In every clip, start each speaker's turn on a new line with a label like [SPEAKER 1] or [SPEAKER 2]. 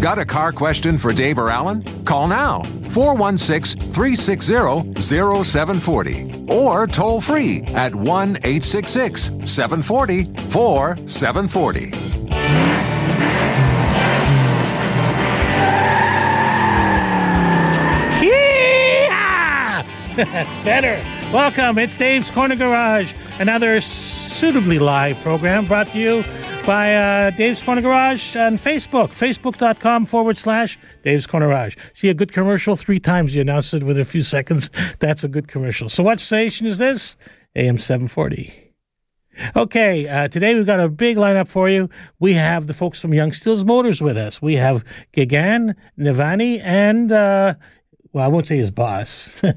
[SPEAKER 1] Got a car question for Dave or Alan? Call now 416 360 0740 or toll free at 1 866 740 4740.
[SPEAKER 2] Yeehaw! That's better. Welcome. It's Dave's Corner Garage, another suitably live program brought to you by uh, Dave's Corner Garage on Facebook, facebook.com forward slash Dave's Corner Garage. See a good commercial three times. You announce it within a few seconds. That's a good commercial. So, what station is this? AM 740. Okay, uh, today we've got a big lineup for you. We have the folks from Young Steels Motors with us. We have Gigan, Navani, and, uh, well, I won't say his boss, but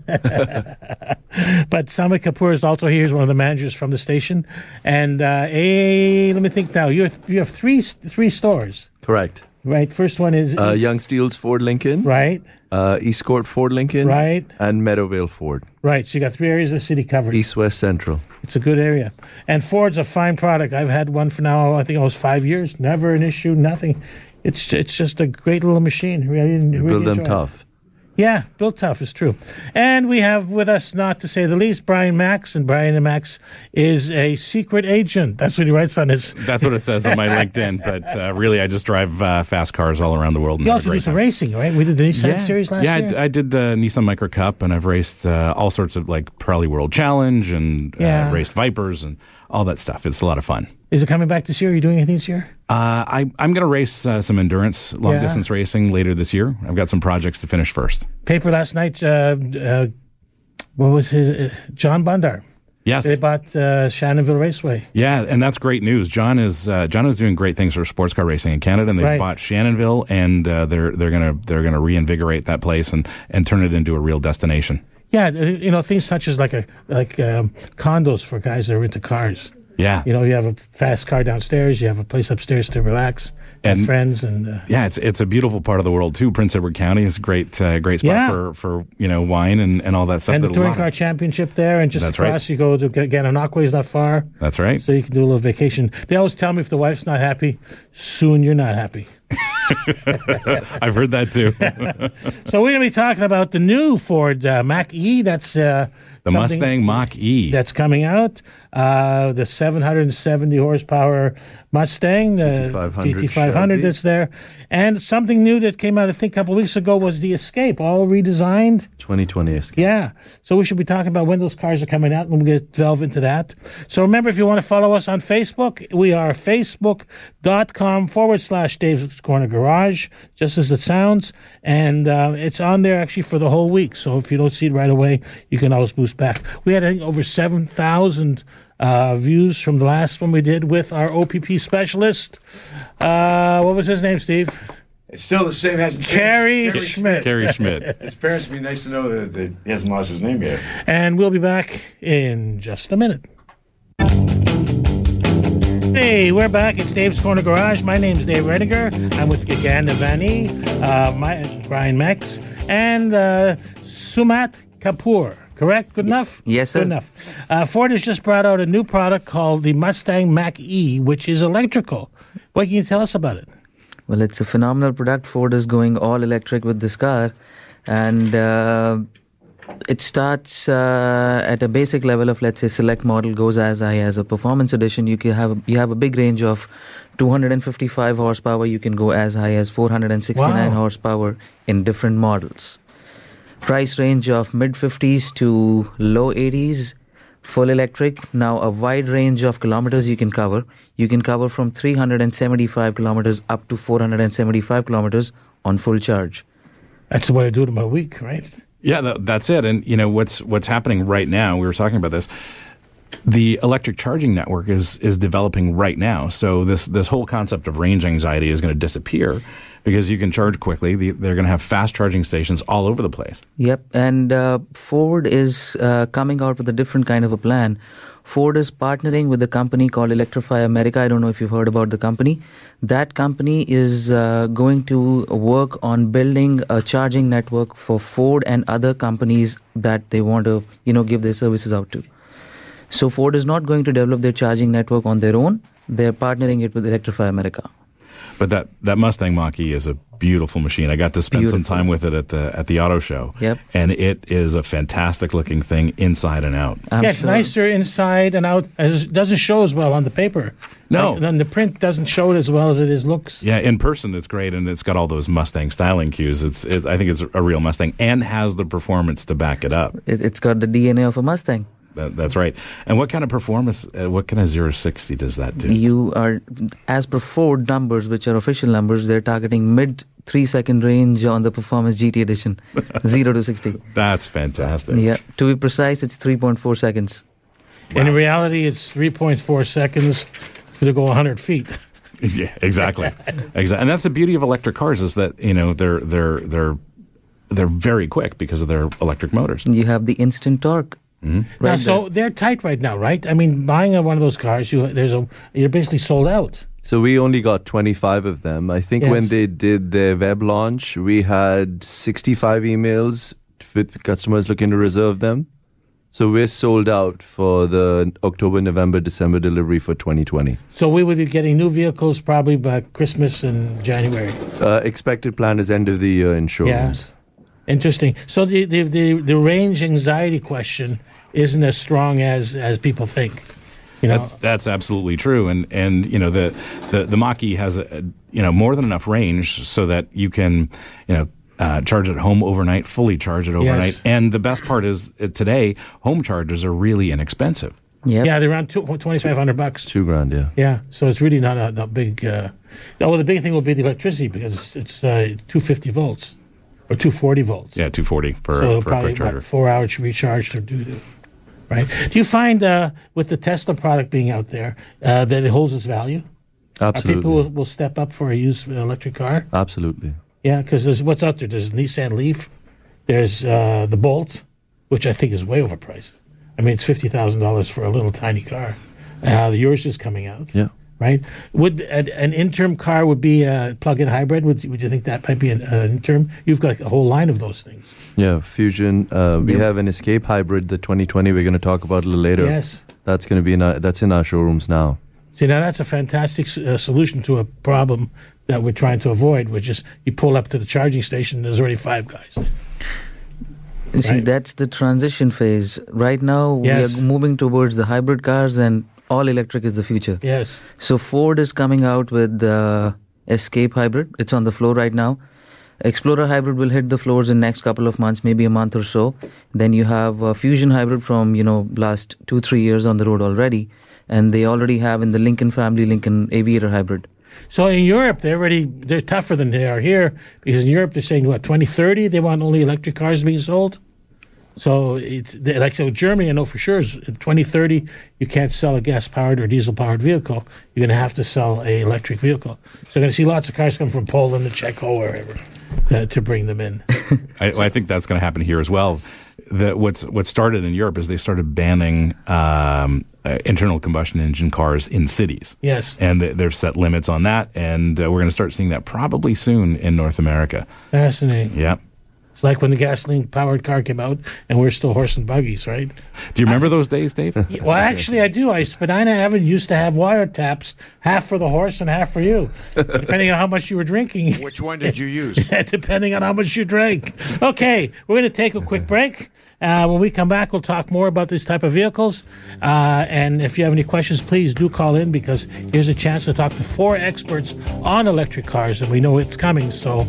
[SPEAKER 2] Samit Kapoor is also here. He's one of the managers from the station. And uh, a, let me think now. You're, you have three three stores,
[SPEAKER 3] Correct.
[SPEAKER 2] right? First one is
[SPEAKER 3] Uh, Young Steele's Ford Lincoln,
[SPEAKER 2] right,
[SPEAKER 3] uh, East Court Ford Lincoln,
[SPEAKER 2] Right.
[SPEAKER 3] and Meadowvale Ford,
[SPEAKER 2] right. So you got three areas of the city covered.
[SPEAKER 3] East West Central.
[SPEAKER 2] It's a good area. And Ford's a fine product. I've had one for now, I think almost five years. Never an issue, nothing. It's it's just a great little machine. Really, really
[SPEAKER 3] Build them
[SPEAKER 2] enjoy it.
[SPEAKER 3] tough.
[SPEAKER 2] Yeah, built tough is true. And we have with us, not to say the least, Brian Max. And Brian Max is a secret agent. That's what he writes on his.
[SPEAKER 4] That's what it says on my LinkedIn. But uh, really, I just drive uh, fast cars all around the world. and
[SPEAKER 2] You
[SPEAKER 4] have a
[SPEAKER 2] also do
[SPEAKER 4] great
[SPEAKER 2] some
[SPEAKER 4] time.
[SPEAKER 2] racing, right? We did the Nissan series last
[SPEAKER 4] yeah, I
[SPEAKER 2] year.
[SPEAKER 4] d- I did the Nissan Micro Cup, and I've raced uh, all sorts of like Pirelli World Challenge and
[SPEAKER 2] Yeah.
[SPEAKER 4] uh, raced Vipers and all that stuff. It's a lot of fun.
[SPEAKER 2] is it coming back this year? Are you doing anything this year?
[SPEAKER 4] Uh, I, I'm going to race uh, some endurance long
[SPEAKER 2] Yeah.
[SPEAKER 4] distance racing later this year. I've got some projects to finish first.
[SPEAKER 2] Paper last night. Uh, uh, what was his? Uh, John Bondar.
[SPEAKER 4] Yes.
[SPEAKER 2] They bought uh, Shannonville Raceway.
[SPEAKER 4] Yeah, and that's great news. John is uh, John is doing great things for sports car racing in Canada, and they've
[SPEAKER 2] Right.
[SPEAKER 4] bought Shannonville, and uh, they're they're gonna they're gonna reinvigorate that place and and turn it into a real destination.
[SPEAKER 2] Yeah, th- you know things such as like a like um, condos for guys that are into cars.
[SPEAKER 4] Yeah,
[SPEAKER 2] You know, you have a fast car downstairs, you have a place upstairs to relax, and
[SPEAKER 4] And-
[SPEAKER 2] friends, and uh,
[SPEAKER 4] yeah, it's it's a beautiful part of the world too. Prince Edward County is a great uh, great spot
[SPEAKER 2] Yeah.
[SPEAKER 4] for for you know wine and, and all that stuff.
[SPEAKER 2] and the
[SPEAKER 4] that a
[SPEAKER 2] touring
[SPEAKER 4] lot of-
[SPEAKER 2] car championship there, and just
[SPEAKER 4] That's right.
[SPEAKER 2] across you go to get Gananoque's not far,
[SPEAKER 4] That's right.
[SPEAKER 2] so you can do a little vacation. They always tell me if the wife's not happy, soon you're not happy.
[SPEAKER 4] I've heard that too.
[SPEAKER 2] so we're gonna be talking about the new Ford uh, Mac E. That's uh,
[SPEAKER 4] The
[SPEAKER 2] something-
[SPEAKER 4] Mustang Mach E.
[SPEAKER 2] that's coming out. Uh, the 770 horsepower Mustang, the
[SPEAKER 3] GT500
[SPEAKER 2] GT500
[SPEAKER 3] Shelby.
[SPEAKER 2] that's there. And something new that came out, I think, a couple of weeks ago was the Escape, all redesigned.
[SPEAKER 3] 2020 escape.
[SPEAKER 2] Yeah. So we should be talking about when those cars are coming out, and we'll get delve into that. So remember, if you want to follow us on Facebook, we are facebook.com forward slash Dave's Corner Garage, just as it sounds. And uh, it's on there actually for the whole week. So if you don't see it right away, you can always boost back. We had, I think, over 7,000 uh, views from the last one we did with our OPP specialist. Uh, what was his name, Steve?
[SPEAKER 5] It's still the same. Hasn't changed.
[SPEAKER 2] Carrie Schmidt.
[SPEAKER 4] Carrie Schmidt.
[SPEAKER 5] His parents would be nice to know that, that he hasn't lost his name yet.
[SPEAKER 2] And we'll be back in just a minute. Hey, we're back. It's Dave's Corner Garage. My name's Dave Rediger. I'm with Gagan Navani, uh, my, Brian Mex, and uh, Sumat Kapoor. Correct? Good enough?
[SPEAKER 6] yes, sir.
[SPEAKER 2] Good enough. Uh, Ford has just brought out a new product called the Mustang Mach E, which is electrical. What can you tell us about it?
[SPEAKER 6] Well, it's a phenomenal product. Ford is going all electric with this car, and uh, it starts uh, at a basic level of let's say select model goes as high as a performance edition. You can have you have a big range of 255 horsepower. You can go as high as 469
[SPEAKER 2] Wow.
[SPEAKER 6] horsepower in different models. Price range of mid 50s to low 80s. Full electric. Now, a wide range of kilometers you can cover. You can cover from 375 kilometers up to 475 kilometers on full charge.
[SPEAKER 2] That's what I do to my week, right?
[SPEAKER 4] Yeah, tha- that's it. And you know what's what's happening right now. We were talking about this. The electric charging network is is developing right now. So this this whole concept of range anxiety is going to disappear because you can charge quickly. The, they're going to have fast charging stations all over the place.
[SPEAKER 6] Yep, and uh, Ford is uh, coming out with a different kind of a plan. Ford is partnering with a company called Electrify America. I don't know if you've heard about the company. That company is uh, going to work on building a charging network for Ford and other companies that they want to, you know, give their services out to. So Ford is not going to develop their charging network on their own. They're partnering it with Electrify America.
[SPEAKER 4] But that, that Mustang mach is a beautiful machine. I got to spend some
[SPEAKER 6] Beautiful.
[SPEAKER 4] time with it at the at the auto show.
[SPEAKER 6] Yep.
[SPEAKER 4] And it is a fantastic looking thing inside and out.
[SPEAKER 6] I'm
[SPEAKER 2] yeah, it's
[SPEAKER 6] sure-
[SPEAKER 2] nicer inside and out. as- It doesn't show as well on the paper.
[SPEAKER 4] No.
[SPEAKER 2] Like, then the print doesn't show it as well as it is looks.
[SPEAKER 4] Yeah, in person it's great, and it's got all those Mustang styling cues. It's it, I think it's a real Mustang, and has the performance to back it up.
[SPEAKER 6] It, it's got the DNA of a Mustang.
[SPEAKER 4] That, that's right. And what kind of performance? Uh, what kind of zero sixty does that do?
[SPEAKER 6] You are, as per Ford numbers, which are official numbers, they're targeting mid three second range on the Performance GT Edition, 0 to 60.
[SPEAKER 4] That's fantastic.
[SPEAKER 6] Yeah, to be precise, it's 3.4 seconds.
[SPEAKER 2] In reality, it's 3.4 seconds to go 100 feet.
[SPEAKER 4] Yeah, exactly, exactly. And that's the beauty of electric cars is that you know they're they're they're they're very quick because of their electric motors.
[SPEAKER 6] You have the instant torque.
[SPEAKER 2] Now,
[SPEAKER 6] Right
[SPEAKER 2] so they're tight right now, right? I mean, buying a- one of those cars, you there's a you're basically sold out.
[SPEAKER 3] So we only got 25 of them. I think when
[SPEAKER 2] Yes.
[SPEAKER 3] they did their web launch, we had 65 emails with customers looking to reserve them. So we're sold out for the October, November, December delivery for 2020.
[SPEAKER 2] So we would be getting new vehicles probably by Christmas and January.
[SPEAKER 3] Uh, expected plan is end of the year in showrooms.
[SPEAKER 2] Interesting. So the the, the, the range anxiety question isn't as strong as as people think. You know,
[SPEAKER 4] That, that's absolutely true, and and you know the the the Mach-E has a, a, you know more than enough range so that you can you know. Uh, charge it home overnight, fully charge it overnight,
[SPEAKER 2] Yes.
[SPEAKER 4] and the best part is uh, today home chargers are really inexpensive.
[SPEAKER 6] Yep.
[SPEAKER 2] yeah, they're around twenty five hundred bucks.
[SPEAKER 3] Two grand, yeah.
[SPEAKER 2] Yeah, so it's really not a, not big. Uh, oh, well, the big thing will be the electricity because it's, it's uh, two fifty volts or two forty volts.
[SPEAKER 4] Yeah, two forty for,
[SPEAKER 2] so it'll
[SPEAKER 4] for a
[SPEAKER 2] probably
[SPEAKER 4] quick
[SPEAKER 2] about
[SPEAKER 4] charger.
[SPEAKER 2] four hours recharged or do the right. Do you find uh, with the Tesla product being out there uh, that it holds its value? Are
[SPEAKER 3] Absolutely.
[SPEAKER 2] people will, will step up for a used uh, electric car?
[SPEAKER 3] Absolutely.
[SPEAKER 2] Yeah, because there's what's out there. There's Nissan Leaf. There's uh, the Bolt, which I think is way overpriced. I mean, it's fifty thousand dollars for a little tiny car. Uh, yours is coming out.
[SPEAKER 3] Yeah.
[SPEAKER 2] Right. Would an, an interim car would be a plug-in hybrid? Would you- Would you think that might be an, an interim? You've got a whole line of those things.
[SPEAKER 3] Yeah, Fusion. Uh, we
[SPEAKER 6] Yep.
[SPEAKER 3] have an Escape Hybrid, the 2020, we're going to talk about a little later.
[SPEAKER 2] Yes.
[SPEAKER 3] That's going to be in our, that's in our showrooms now.
[SPEAKER 2] See, now that's a fantastic s- uh, solution to a problem that we're trying to avoid, which is you pull up to the charging station and there's already five guys.
[SPEAKER 6] You see,
[SPEAKER 2] Right.
[SPEAKER 6] that's the transition phase. Right now,
[SPEAKER 2] Yes.
[SPEAKER 6] we are moving towards the hybrid cars, and all electric is the future.
[SPEAKER 2] Yes.
[SPEAKER 6] So Ford is coming out with the Escape Hybrid. It's on the floor right now. Explorer Hybrid will hit the floors in next couple of months, maybe a month or so. Then you have uh, Fusion Hybrid from you know last two three years on the road already, and they already have in the Lincoln family Lincoln Aviator Hybrid.
[SPEAKER 2] So in Europe, they're already they're tougher than they are here because in Europe they're saying what 2030 they want only electric cars being sold. So it's they- like so Germany I know for sure is 2030 you can't sell a gas powered or diesel powered vehicle. You're going to have to sell a electric vehicle. So you're going to see lots of cars come from Poland, the Czech, or wherever to, to bring them in.
[SPEAKER 4] I, I think that's going to happen here as well. The, what's what started in Europe is they started banning um, uh, internal combustion engine cars in cities.
[SPEAKER 2] Yes.
[SPEAKER 4] and they, they've set limits on that, and uh, we're going to start seeing that probably soon in North America.
[SPEAKER 2] Fascinating.
[SPEAKER 4] Yep.
[SPEAKER 2] It's like when the gasoline powered car came out and we're still horse and buggies, right?
[SPEAKER 4] Do you remember those days, Dave?
[SPEAKER 2] Yeah, Well, actually, I do. I Spadina Avenue used to have wiretaps, half for the horse and half for you, depending on how much you were drinking,
[SPEAKER 5] Which one did you use?
[SPEAKER 2] depending on how much you drank. Okay, we're going to take a quick break. Uh, when we come back, we'll talk more about these type of vehicles. Uh, and if you have any questions, please do call in because here's a chance to talk to four experts on electric cars, and we know it's coming. So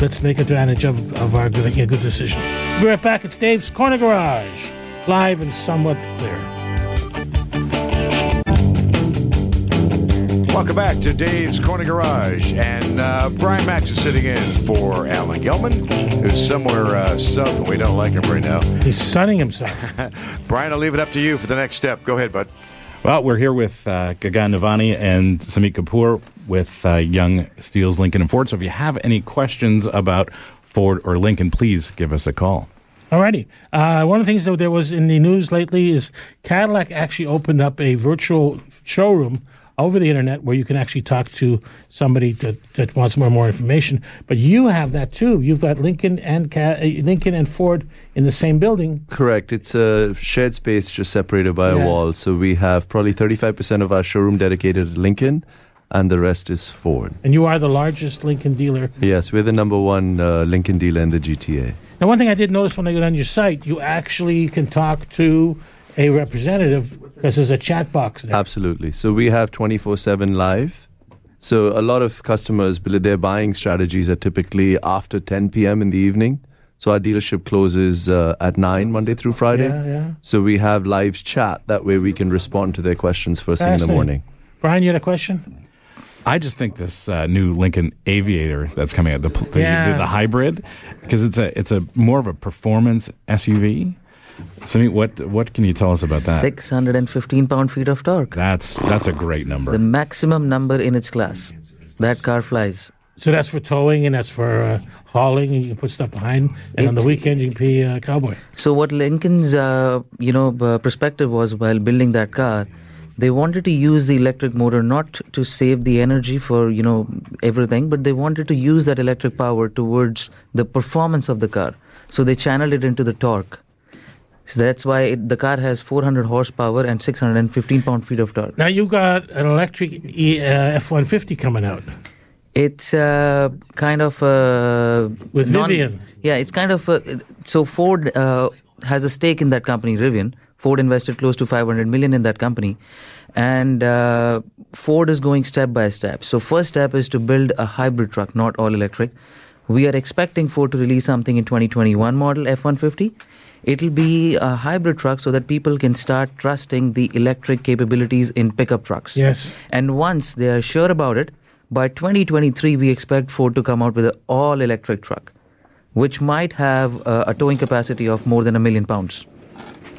[SPEAKER 2] let's make advantage of, of our making a good decision. We'll be right back. It's Dave's Corner Garage, live and somewhat clear.
[SPEAKER 1] Welcome back to Dave's Corner Garage. And uh, Brian Max is sitting in for Alan Gelman, who's somewhere uh, south, and we don't like him right now.
[SPEAKER 2] He's sunning himself.
[SPEAKER 1] Brian, I'll leave it up to you for the next step. Go ahead, bud.
[SPEAKER 4] Well, we're here with uh, Gagan Navani and Samit Kapoor. with uh, Young Steels, Lincoln, and Ford. So if you have any questions about Ford or Lincoln, please give us a call.
[SPEAKER 2] Alrighty. Uh, one of the things that there was in the news lately is Cadillac actually opened up a virtual showroom over the internet where you can actually talk to somebody that, that wants more and more information. But you have that too. You've got Lincoln and Ca- uh, Lincoln and Ford in the same building.
[SPEAKER 3] Correct. It's a shared space just separated by
[SPEAKER 2] Yeah.
[SPEAKER 3] a wall. So we have probably 35% of our showroom dedicated to Lincoln, and the rest is Ford.
[SPEAKER 2] And you are the largest Lincoln dealer.
[SPEAKER 3] Yes, we're the number one uh, Lincoln dealer in the GTA.
[SPEAKER 2] Now, one thing I did notice when I got on your site, you actually can talk to a representative because there's a chat box there.
[SPEAKER 3] Absolutely. So we have 24 7 live. So a lot of customers, bel- their buying strategies are typically after 10 p.m. in the evening. So our dealership closes uh, at 9 Monday through Friday.
[SPEAKER 2] Yeah, yeah.
[SPEAKER 3] So we have live chat. That way we can respond to their questions first thing in the
[SPEAKER 2] Fascinating.
[SPEAKER 3] morning.
[SPEAKER 2] Brian, you had a question?
[SPEAKER 4] I just think this uh, new Lincoln Aviator that's coming out, the pl- the,
[SPEAKER 2] Yeah.
[SPEAKER 4] the, the hybrid, because it's a it's a more of a performance SUV. So, I mean, what what can you tell us about that?
[SPEAKER 6] 615 pound feet of torque.
[SPEAKER 4] That's that's a great
[SPEAKER 6] The
[SPEAKER 4] number.
[SPEAKER 6] maximum number in its class. That car flies.
[SPEAKER 2] So that's for towing and that's for uh, hauling, and you can put stuff behind. And on the
[SPEAKER 6] It's-
[SPEAKER 2] weekend, you can be a cowboy.
[SPEAKER 6] So what Lincoln's uh, you know uh, perspective was while building that car, they wanted to use the electric motor not to save the energy for you know everything, but they wanted to use that electric power towards the performance of the car. So they channeled it into the torque. So that's why it, the car has 400 horsepower and 615 pound-feet of torque.
[SPEAKER 2] Now you got an electric e, uh, F-150 coming out.
[SPEAKER 6] It's uh, kind of uh,
[SPEAKER 2] With Rivian.
[SPEAKER 6] Yeah, it's kind of uh, so Ford uh, has a stake in that company, Rivian. Ford invested close to 500 million in that company, and uh, Ford is going step by step. So first step is to build a hybrid truck, not all electric. We are expecting Ford to release something in 2021 model F150. It'll be a hybrid truck so that people can start trusting the electric capabilities in pickup trucks.
[SPEAKER 2] Yes.
[SPEAKER 6] And once they are sure about it, by 2023, we expect Ford to come out with an all electric truck, which might have uh, a towing capacity of more than a million pounds.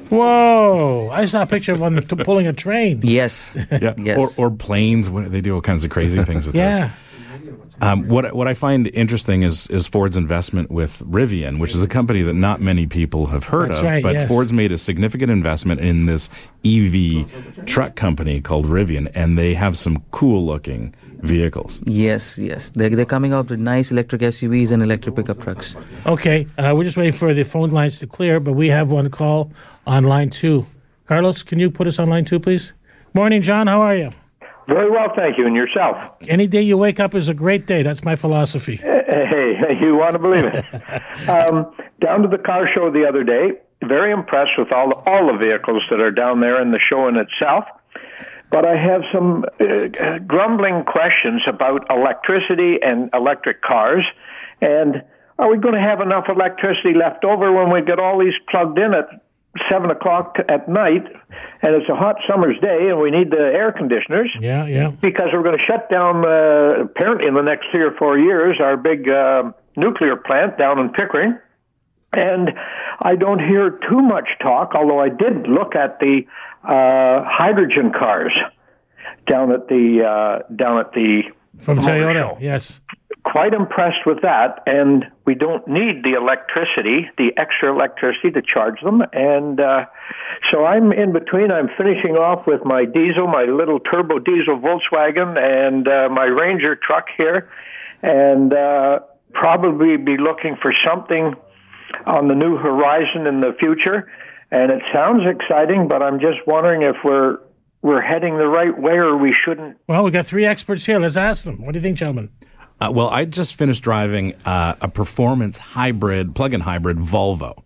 [SPEAKER 2] Whoa! I saw a picture of one t- pulling a train.
[SPEAKER 6] Yes. Yes.
[SPEAKER 4] Or or planes. What, they do all kinds of crazy things with this.
[SPEAKER 2] Yeah.
[SPEAKER 4] Um, what what I find interesting is is Ford's investment with Rivian, which is a company that not many people have heard
[SPEAKER 2] That's
[SPEAKER 4] of.
[SPEAKER 2] right,
[SPEAKER 4] but
[SPEAKER 2] yes.
[SPEAKER 4] Ford's made a significant investment in this EV truck company called Rivian, and they have some cool looking vehicles.
[SPEAKER 6] Yes, yes. They're, they're coming out with nice electric SUVs and electric pickup trucks.
[SPEAKER 2] Okay. Uh, we're just waiting for the phone lines to clear, but we have one call on line two. Carlos, can you put us on line two, please? Morning, John. How are you?
[SPEAKER 7] Very well, thank you. And yourself?
[SPEAKER 2] Any day you wake up is a great day. That's my philosophy.
[SPEAKER 7] Hey, you want to believe it? um, down to the car show the other day. Very impressed with all all the vehicles that are down there in the show in itself. But I have some uh, grumbling questions about electricity and electric cars. And are we going to have enough electricity left over when we get all these plugged in at seven o'clock at night? And it's a hot summer's day, and we need the air conditioners
[SPEAKER 2] Yeah, yeah.
[SPEAKER 7] because we're going to shut down uh, apparently in the next three or four years our big uh, nuclear plant down in Pickering. And I don't hear too much talk, although I did look at the uh, hydrogen cars down at the uh, down at the
[SPEAKER 2] From
[SPEAKER 7] motor
[SPEAKER 2] Toyota.
[SPEAKER 7] show.
[SPEAKER 2] Yes.
[SPEAKER 7] Quite impressed with that, and we don't need the electricity, the extra electricity to charge them. And uh, so I'm in between. I'm finishing off with my diesel, my little turbo diesel Volkswagen, and uh, my Ranger truck here, and uh, probably be looking for something on the new horizon in the future. And it sounds exciting, but I'm just wondering if we're we're heading the right way or we shouldn't
[SPEAKER 2] Well, we got three experts here. Let's ask them. What do you think, gentlemen?
[SPEAKER 4] Uh, well, I just finished driving uh, a performance hybrid, plug-in hybrid Volvo.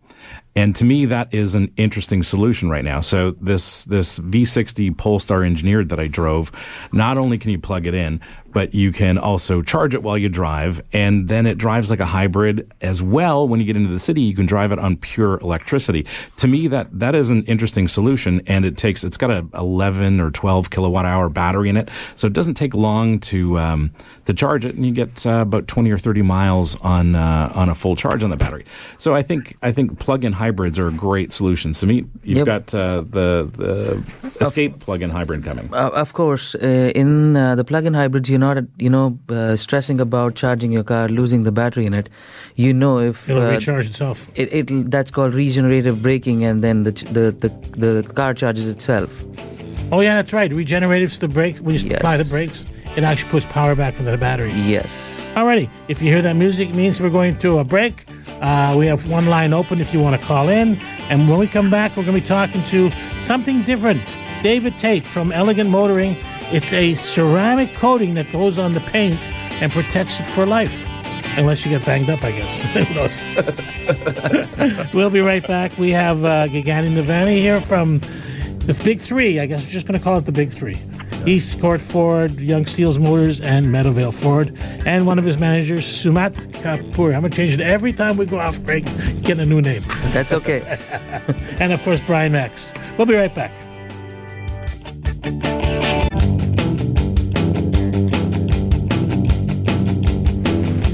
[SPEAKER 4] And to me, that is an interesting solution right now. So this this V60 Polestar engineered that I drove, not only can you plug it in, but you can also charge it while you drive, and then it drives like a hybrid as well. When you get into the city, you can drive it on pure electricity. To me, that that is an interesting solution, and it takes it's got a 11 or 12 kilowatt hour battery in it, so it doesn't take long to um, to charge it, and you get uh, about 20 or 30 miles on uh, on a full charge on the battery. So I think I think plug-in hybrid hybrids are a great solution. So, me,
[SPEAKER 6] Yep.
[SPEAKER 4] you've got uh, the the Escape plug-in hybrid coming.
[SPEAKER 6] Uh, of course, uh, in uh, the plug-in hybrids, you're not, you know, uh, stressing about charging your car, losing the battery in it. You know if
[SPEAKER 2] It'll
[SPEAKER 6] uh,
[SPEAKER 2] recharge itself.
[SPEAKER 6] it, it'll, that's called regenerative braking, and then the, ch- the the the car charges itself.
[SPEAKER 2] Oh yeah, that's right. Regeneratives the brakes. When you
[SPEAKER 6] Yes.
[SPEAKER 2] apply the brakes, it actually puts power back into the battery.
[SPEAKER 6] Yes.
[SPEAKER 2] Alrighty, if you hear that music, it means we're going to a break. Uh, we have one line open if you want to call in. And when we come back, we're going to be talking to something different. David Tate from Elegant Motoring. It's a ceramic coating that goes on the paint and protects it for life. Unless you get banged up, I guess. Who knows? We'll be right back. We have uh, Gagani Navani here from the Big Three. I guess we're just going to call it the Big Three. East Court Ford, Young Steels Motors, and Meadowvale Ford, and one of his managers, Sumat Kapoor. I'm going to change it every time we go off break, get a new name.
[SPEAKER 6] That's okay.
[SPEAKER 2] And of course, Brian Max. We'll be right back.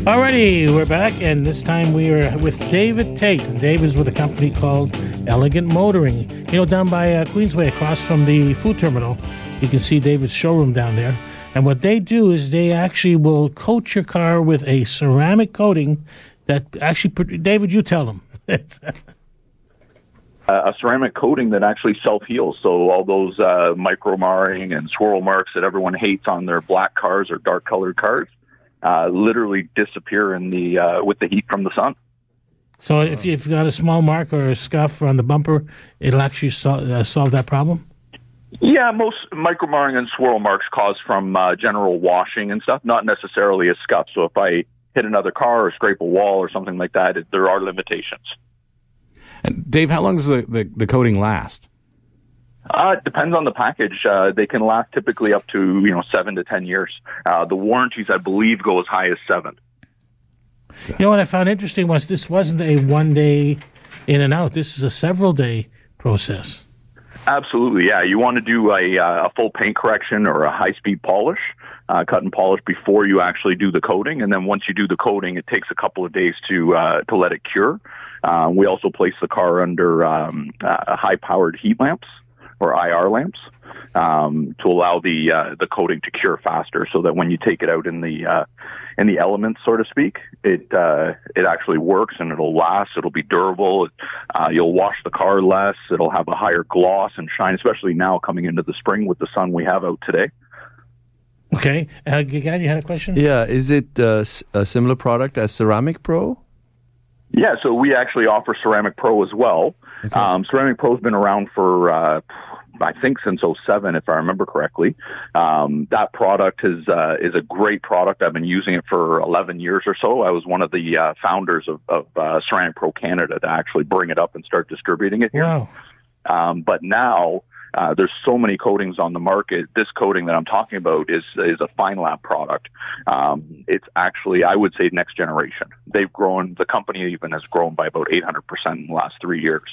[SPEAKER 2] Alrighty, we're back, and this time we are with David Tate. And Dave is with a company called Elegant Motoring. You know, down by uh, Queensway, across from the food terminal, you can see David's showroom down there. And what they do is they actually will coat your car with a ceramic coating that actually, pr- David, you tell them.
[SPEAKER 8] a ceramic coating that actually self heals. So all those uh, micro marring and swirl marks that everyone hates on their black cars or dark colored cars uh, literally disappear in the uh, with the heat from the sun.
[SPEAKER 2] So if you've got a small mark or a scuff on the bumper, it'll actually sol- uh, solve that problem.
[SPEAKER 8] Yeah, most micro marring and swirl marks cause from uh, general washing and stuff, not necessarily a scuff. So if I hit another car or scrape a wall or something like that, it, there are limitations.
[SPEAKER 4] And Dave, how long does the, the, the coating last?
[SPEAKER 8] Uh, it depends on the package. Uh, they can last typically up to you know seven to ten years. Uh, the warranties, I believe, go as high as seven.
[SPEAKER 2] You know what I found interesting was this wasn't a one day in and out. This is a several day process.
[SPEAKER 8] Absolutely, yeah. You want to do a, uh, a full paint correction or a high speed polish, uh, cut and polish before you actually do the coating, and then once you do the coating, it takes a couple of days to uh, to let it cure. Uh, we also place the car under um, uh, high powered heat lamps or IR lamps um, to allow the uh, the coating to cure faster, so that when you take it out in the uh, in the elements, so to speak, it uh, it actually works and it'll last. It'll be durable. Uh, you'll wash the car less. It'll have a higher gloss and shine, especially now coming into the spring with the sun we have out today.
[SPEAKER 2] Okay. Uh, again, you had a question?
[SPEAKER 3] Yeah, is it uh, s- a similar product as Ceramic Pro?
[SPEAKER 8] Yeah, so we actually offer Ceramic Pro as well. Um, Ceramic Pro has been around for, uh, I think, since '07, if I remember correctly. Um, that product is uh, is a great product. I've been using it for 11 years or so. I was one of the uh, founders of, of uh, Ceramic Pro Canada to actually bring it up and start distributing it here.
[SPEAKER 2] Wow.
[SPEAKER 8] Um, but now uh, there's so many coatings on the market. This coating that I'm talking about is is a fine lab product. Um, it's actually, I would say, next generation. They've grown. The company even has grown by about 800 percent in the last three years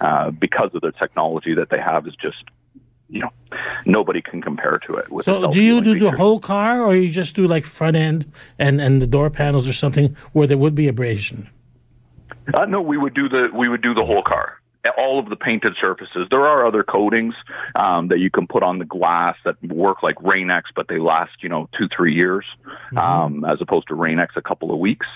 [SPEAKER 8] uh, because of the technology that they have. Is just you know nobody can compare to it. With
[SPEAKER 2] So
[SPEAKER 8] its
[SPEAKER 2] do you
[SPEAKER 8] self-healing
[SPEAKER 2] do the
[SPEAKER 8] feature.
[SPEAKER 2] whole car or you just do like front end and, and the door panels or something where there would be abrasion?
[SPEAKER 8] Uh, no, we would do the we would do the whole car, all of the painted surfaces. There are other coatings um, that you can put on the glass that work like Rain-X, but they last you know two three years, um, as opposed to Rain-X a couple of weeks.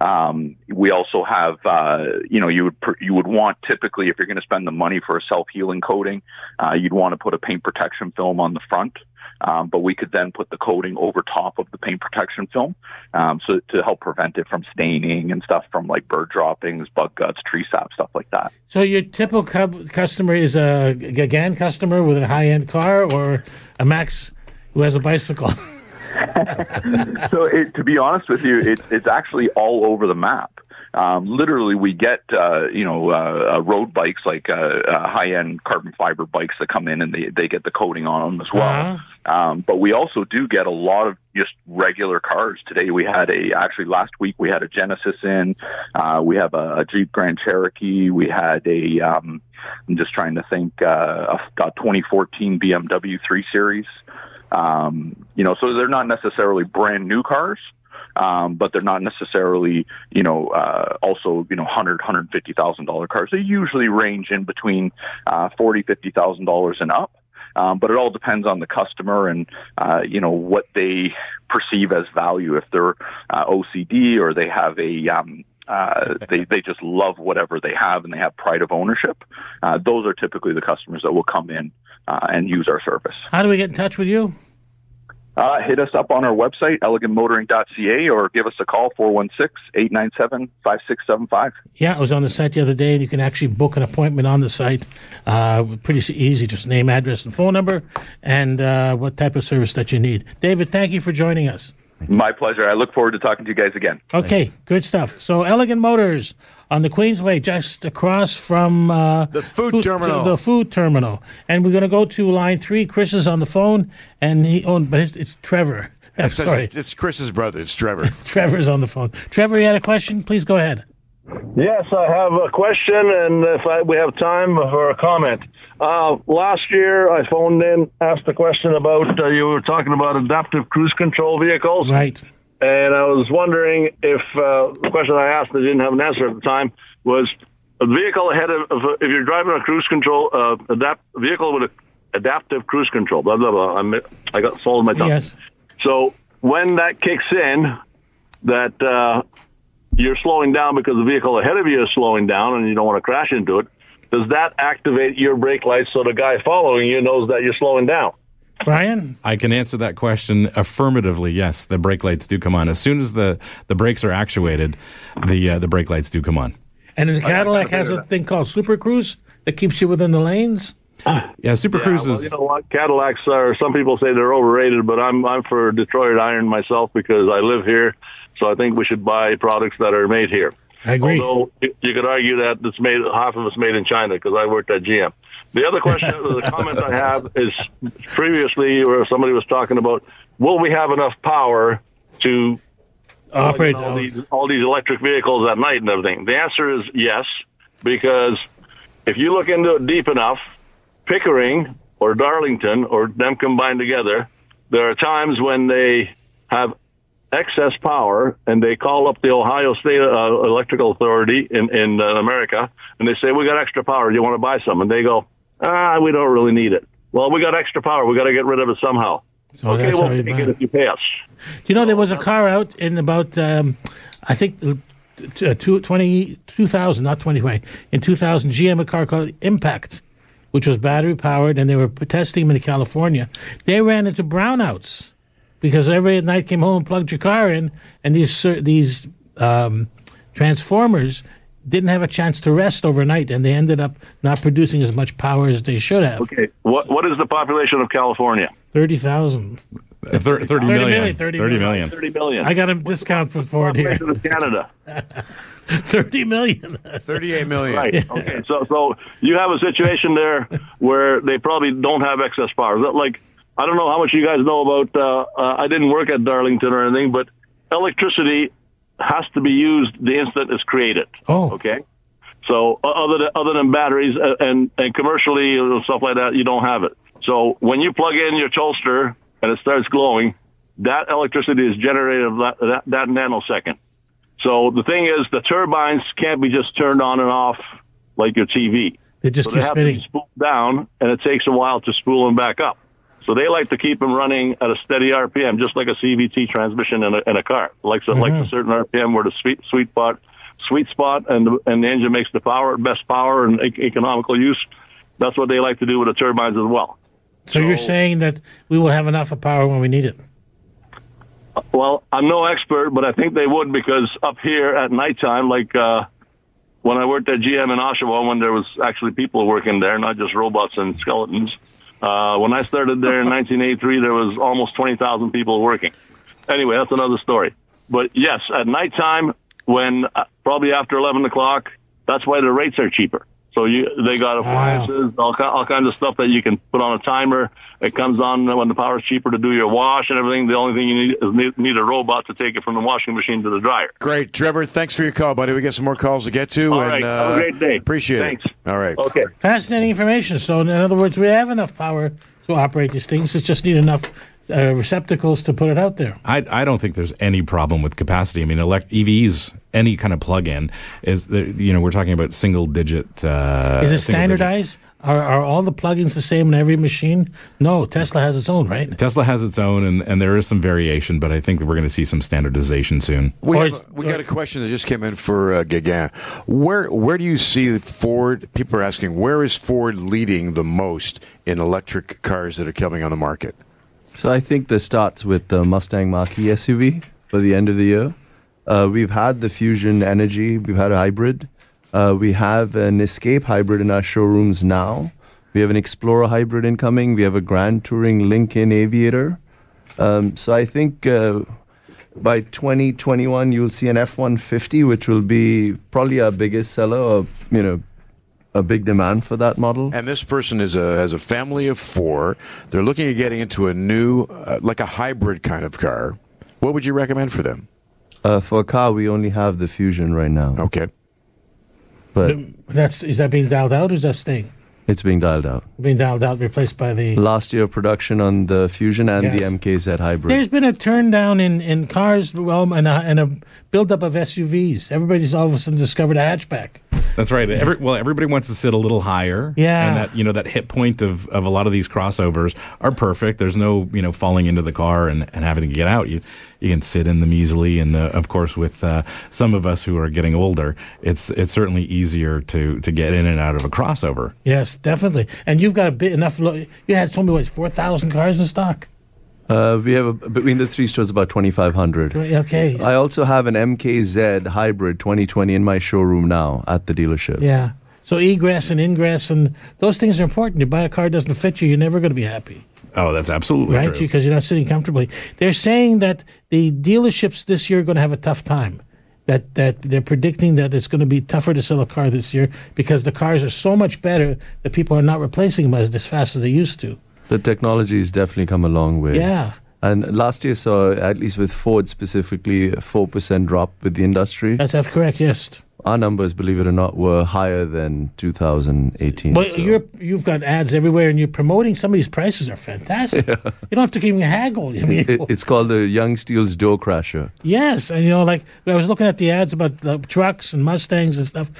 [SPEAKER 8] Um, we also have uh, you know you would pr- you would want typically if you're going to spend the money for a self healing coating, uh, you'd want to put a paint protection film on the front. Um, but we could then put the coating over top of the paint protection film um, so to help prevent it from staining and stuff from like bird droppings, bug guts, tree sap, stuff like that.
[SPEAKER 2] So your typical cub- customer is a Gagan customer with a high end car or a Max who has a bicycle.
[SPEAKER 8] so it, to be honest with you, it's it's actually all over the map. Um, literally, we get uh, you know uh, uh, road bikes like uh, uh, high end carbon fiber bikes that come in and they they get the coating on them as well.
[SPEAKER 2] Uh-huh.
[SPEAKER 8] Um, but we also do get a lot of just regular cars. Today we had a actually last week we had a Genesis in, uh, we have a, a Jeep Grand Cherokee, we had a um, I'm just trying to think uh, a, a 2014 BMW 3 Series. Um, you know, so they're not necessarily brand new cars, um, but they're not necessarily, you know, uh, also you know hundred, hundred fifty thousand dollar cars. They usually range in between uh, forty, fifty thousand dollars and up. Um, but it all depends on the customer and uh, you know what they perceive as value. If they're uh, OCD or they have a um, uh, they they just love whatever they have and they have pride of ownership. Uh, those are typically the customers that will come in uh, and use our service.
[SPEAKER 2] How do we get in touch with you?
[SPEAKER 8] Uh, hit us up on our website, elegantmotoring.ca, or give us a call, 416 897 5675.
[SPEAKER 2] Yeah, I was on the site the other day, and you can actually book an appointment on the site. Uh, pretty s- easy, just name, address, and phone number, and uh, what type of service that you need. David, thank you for joining us.
[SPEAKER 8] My pleasure. I look forward to talking to you guys again.
[SPEAKER 2] Okay, good stuff. So, Elegant Motors on the Queensway, just across from uh, the
[SPEAKER 9] food terminal.
[SPEAKER 2] The food terminal, and we're going to go to line three. Chris is on the phone, and he owned, but it's, it's Trevor. I'm
[SPEAKER 9] It's-
[SPEAKER 2] sorry,
[SPEAKER 9] It's Chris's brother. It's Trevor.
[SPEAKER 2] Trevor's on the phone. Trevor, you had a question? Please go ahead.
[SPEAKER 10] Yes, I have a question, and if I, we have time for a comment. Uh, last year, I phoned in, asked a question about uh, you were talking about adaptive cruise control vehicles,
[SPEAKER 2] Right.
[SPEAKER 10] and I was wondering if uh, the question I asked, I didn't have an answer at the time, was a vehicle ahead of, of if you're driving a cruise control uh, adapt vehicle with a adaptive cruise control. Blah blah blah. I'm, I got sold my tongue.
[SPEAKER 2] Yes.
[SPEAKER 10] So when that kicks in, that uh, you're slowing down because the vehicle ahead of you is slowing down and you don't want to crash into it, does that activate your brake lights so the guy following you knows that you're slowing down?
[SPEAKER 2] Brian,
[SPEAKER 4] I can answer that question affirmatively. Yes, the brake lights do come on as soon as the the brakes are actuated. The uh, the brake lights do come on.
[SPEAKER 2] And the Cadillac has a thing called Super Cruise that keeps you within the lanes.
[SPEAKER 4] Yeah, Super Cruise
[SPEAKER 10] well,
[SPEAKER 4] is
[SPEAKER 10] you know what? Cadillacs are. Some people say they're overrated, but I'm I'm for Detroit Iron myself because I live here, so I think we should buy products that are made here.
[SPEAKER 2] I agree.
[SPEAKER 10] Although you you could argue that it's made half of it's made in China because I worked at GM. The other question, the comment I have is previously where somebody was talking about will we have enough power to
[SPEAKER 8] Oh,
[SPEAKER 2] Operate.
[SPEAKER 10] all these, all these electric vehicles at night and everything? The answer is yes, because if you look into it deep enough, Pickering or Darlington or them combined together, there are times when they have excess power and they call up the Ohio State uh, Electrical Authority in, in uh, America and they say, We got extra power. Do you want to buy some? And they go, Ah, we don't really need it. Well, we got extra power. We got to get rid of it somehow.
[SPEAKER 2] So
[SPEAKER 10] okay,
[SPEAKER 2] that's
[SPEAKER 10] we'll
[SPEAKER 2] how you
[SPEAKER 10] take
[SPEAKER 2] buy
[SPEAKER 10] it
[SPEAKER 2] it.
[SPEAKER 10] if you pay us.
[SPEAKER 2] You know, there was a car out in about, um, I think, uh, t- uh, two- 20 2000, not 2020, in 2000, GM, a car called Impact, which was battery powered, and they were testing them in California. They ran into brownouts because everybody at night came home and plugged your car in, and these, cer- these um, transformers didn't have a chance to rest overnight, and they ended up not producing as much power as they should have.
[SPEAKER 10] Okay. What, what is the population of California?
[SPEAKER 2] 30,000.
[SPEAKER 4] thir- 30, 30
[SPEAKER 2] million,
[SPEAKER 4] million.
[SPEAKER 2] 30
[SPEAKER 4] 30
[SPEAKER 2] million.
[SPEAKER 4] million.
[SPEAKER 10] 30 million.
[SPEAKER 2] I got a discount for Ford here.
[SPEAKER 10] population of Canada.
[SPEAKER 2] 30 million.
[SPEAKER 9] 38 million.
[SPEAKER 10] Right. Okay. So, so you have a situation there where they probably don't have excess power. That- Like, I don't know how much you guys know about. Uh, uh, I didn't work at Darlington or anything, but electricity has to be used the instant it's created.
[SPEAKER 2] Oh.
[SPEAKER 10] Okay. So o- other than, other than batteries uh, and and commercially and stuff like that, you don't have it. So when you plug in your toaster and it starts glowing, that electricity is generated of that, that, that nanosecond. So the thing is, the turbines can't be just turned on and off like your TV.
[SPEAKER 2] They just
[SPEAKER 10] So they
[SPEAKER 2] keep
[SPEAKER 10] have to
[SPEAKER 2] spinning.
[SPEAKER 10] be spooled down, and it takes a while to spool them back up. So they like to keep them running at a steady RPM, just like a CVT transmission in a, in a car. Like so, like
[SPEAKER 2] Mm-hmm.
[SPEAKER 10] a certain RPM where the sweet sweet spot, sweet spot, and the, and the engine makes the power, best power and e- economical use. That's what they like to do with the turbines as well.
[SPEAKER 2] So you're saying that we will have enough of power when we need it.
[SPEAKER 10] Well, I'm no expert, but I think they would because up here at nighttime, like uh, when I worked at GM in Oshawa, when there was actually people working there, not just robots and skeletons. Uh, when I started there in 1983, there was almost 20,000 people working. Anyway, that's another story. But yes, at nighttime, when uh, probably after 11 o'clock, that's why the rates are cheaper. So you, they got appliances, all, ki- all kinds of stuff that you can put on a timer. It comes on when the power's cheaper to do your wash and everything. The only thing you need is need, need a robot to take it from the washing machine to the dryer.
[SPEAKER 9] Great. Trevor, thanks for your call, buddy. We got some more calls to get to.
[SPEAKER 10] All
[SPEAKER 9] and,
[SPEAKER 1] uh,
[SPEAKER 9] uh,
[SPEAKER 10] right. Have a great day.
[SPEAKER 9] Appreciate
[SPEAKER 10] Thanks.
[SPEAKER 9] it. All right.
[SPEAKER 10] Okay.
[SPEAKER 2] Fascinating information. So in other words, we have enough power to operate these things. It's just need enough uh, receptacles to put it out there.
[SPEAKER 4] I, I don't think there's any problem with capacity. I mean, elect EVs, any kind of plug-in is the, you know we're talking about single digit. Uh,
[SPEAKER 2] Is it
[SPEAKER 4] single digits.
[SPEAKER 2] standardized? Are, are all the plugins the same in every machine? No, Tesla has its own, right?
[SPEAKER 4] Tesla has its own, and, and there is some variation, but I think that we're going to see some standardization soon.
[SPEAKER 9] We, have, we got a question that just came in for uh, Gauguin. Where where do you see Ford? People are asking where is Ford leading the most in electric cars that are coming on the market?
[SPEAKER 3] So I think this starts with the Mustang Mach-E SUV for the end of the year. Uh, we've had the Fusion Energy, we've had a hybrid, uh, we have an Escape hybrid in our showrooms now. We have an Explorer hybrid incoming. We have a Grand Touring Lincoln Aviator. Um, so I think uh, by 2021 you'll see an F150, which will be probably our biggest seller, or you know, a big demand for that model.
[SPEAKER 9] And this person is a has a family of four. They're looking at getting into a new, uh, like a hybrid kind of car. What would you recommend for them?
[SPEAKER 3] Uh, for a car, we only have the Fusion right now.
[SPEAKER 9] Okay.
[SPEAKER 3] But
[SPEAKER 2] That's is that being dialed out or is that staying?
[SPEAKER 3] it's being dialed out.
[SPEAKER 2] Being dialed out, replaced by the.
[SPEAKER 3] Last year of production on the Fusion and
[SPEAKER 2] Yes.
[SPEAKER 3] the MKZ Hybrid.
[SPEAKER 2] There's been a turn down in, in cars well, and, a, and a buildup of SUVs. Everybody's all of a sudden discovered a hatchback.
[SPEAKER 4] That's right. Every, well, everybody wants to sit a little higher.
[SPEAKER 2] Yeah.
[SPEAKER 4] And that, you know, that hit point of, of a lot of these crossovers are perfect. There's no, you know, falling into the car and, and having to get out. You, you can sit in them easily. And, uh, of course, with uh, some of us who are getting older, it's, it's certainly easier to, to get in and out of a crossover.
[SPEAKER 2] Yes, definitely. And you've got a bit enough. Lo- you had told me what four thousand cars in stock.
[SPEAKER 3] Uh, we have a, between the three stores about 2,500.
[SPEAKER 2] Okay.
[SPEAKER 3] I also have an MKZ Hybrid 2020 in my showroom now at the dealership.
[SPEAKER 2] Yeah. So egress and ingress and those things are important. You buy a car that doesn't fit you, you're never going to be happy,
[SPEAKER 4] Oh, that's absolutely
[SPEAKER 2] right?
[SPEAKER 4] true.
[SPEAKER 2] Because you're not sitting comfortably. They're saying that the dealerships this year are going to have a tough time. That that they're predicting that it's going to be tougher to sell a car this year because the cars are so much better that people are not replacing them as, as fast as they used to.
[SPEAKER 3] The technology has definitely come a long way.
[SPEAKER 2] Yeah.
[SPEAKER 3] And last year saw, at least with Ford specifically, a 4% drop with the industry.
[SPEAKER 2] That's ab- correct. Yes.
[SPEAKER 3] Our numbers, believe it or not, were higher than 2018.
[SPEAKER 2] But
[SPEAKER 3] so-
[SPEAKER 2] you're you've got ads everywhere, and you're promoting. Some of these prices are fantastic. You don't have to even haggle. I mean,
[SPEAKER 3] It- it's called the Young Steel's Door Crasher.
[SPEAKER 2] yes, and you know, like I was looking at the ads about the trucks and Mustangs and stuff.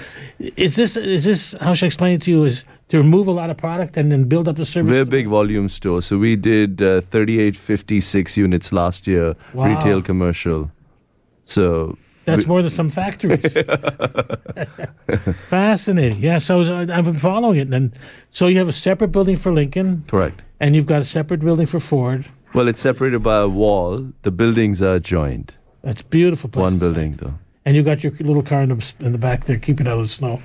[SPEAKER 2] Is this is this how should I explain it to you? Is to remove a lot of product and then build up the service?
[SPEAKER 3] We're a big volume store, so we did uh, 3856 units last year,
[SPEAKER 2] Wow.
[SPEAKER 3] retail commercial. So
[SPEAKER 2] That's
[SPEAKER 3] we-
[SPEAKER 2] more than some factories. Fascinating. Yeah. So uh, I've been following it, and so you have a separate building for Lincoln,
[SPEAKER 3] correct.
[SPEAKER 2] and you've got a separate building for Ford.
[SPEAKER 3] Well, it's separated by a wall. The buildings are joined.
[SPEAKER 2] That's beautiful place.
[SPEAKER 3] One building, though.
[SPEAKER 2] And you've got your little car in the, in the back there, keeping out of the snow.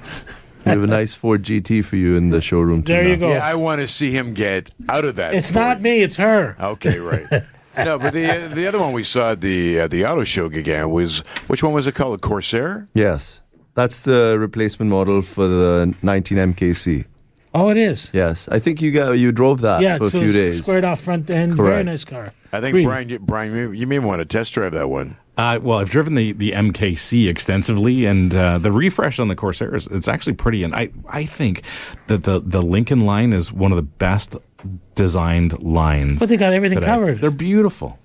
[SPEAKER 3] We have a nice Ford GT for you in the showroom. too
[SPEAKER 2] There you
[SPEAKER 3] now.
[SPEAKER 2] go.
[SPEAKER 9] Yeah, I want to see him get out of that.
[SPEAKER 2] It's not me, it's her.
[SPEAKER 9] Okay, right. no, but the the other one we saw at the uh, the auto show again was which one was it called? A Corsair.
[SPEAKER 3] Yes, that's the replacement model for the 19 MKC.
[SPEAKER 2] Oh, it is.
[SPEAKER 3] Yes, I think you got you drove that
[SPEAKER 2] yeah,
[SPEAKER 3] for a
[SPEAKER 2] so
[SPEAKER 3] few
[SPEAKER 2] it's
[SPEAKER 3] days.
[SPEAKER 2] squared off front end. Very
[SPEAKER 3] Correct.
[SPEAKER 2] nice car.
[SPEAKER 9] I think
[SPEAKER 2] Green.
[SPEAKER 9] Brian, you, Brian, you- you may want to test drive that one.
[SPEAKER 4] Uh, well, I've driven the, the MKC extensively, and uh, the refresh on the Corsair is it's actually pretty. And I, I think that the, the Lincoln line is one of the best designed lines.
[SPEAKER 2] But they got everything
[SPEAKER 4] today.
[SPEAKER 2] covered.
[SPEAKER 4] They're beautiful.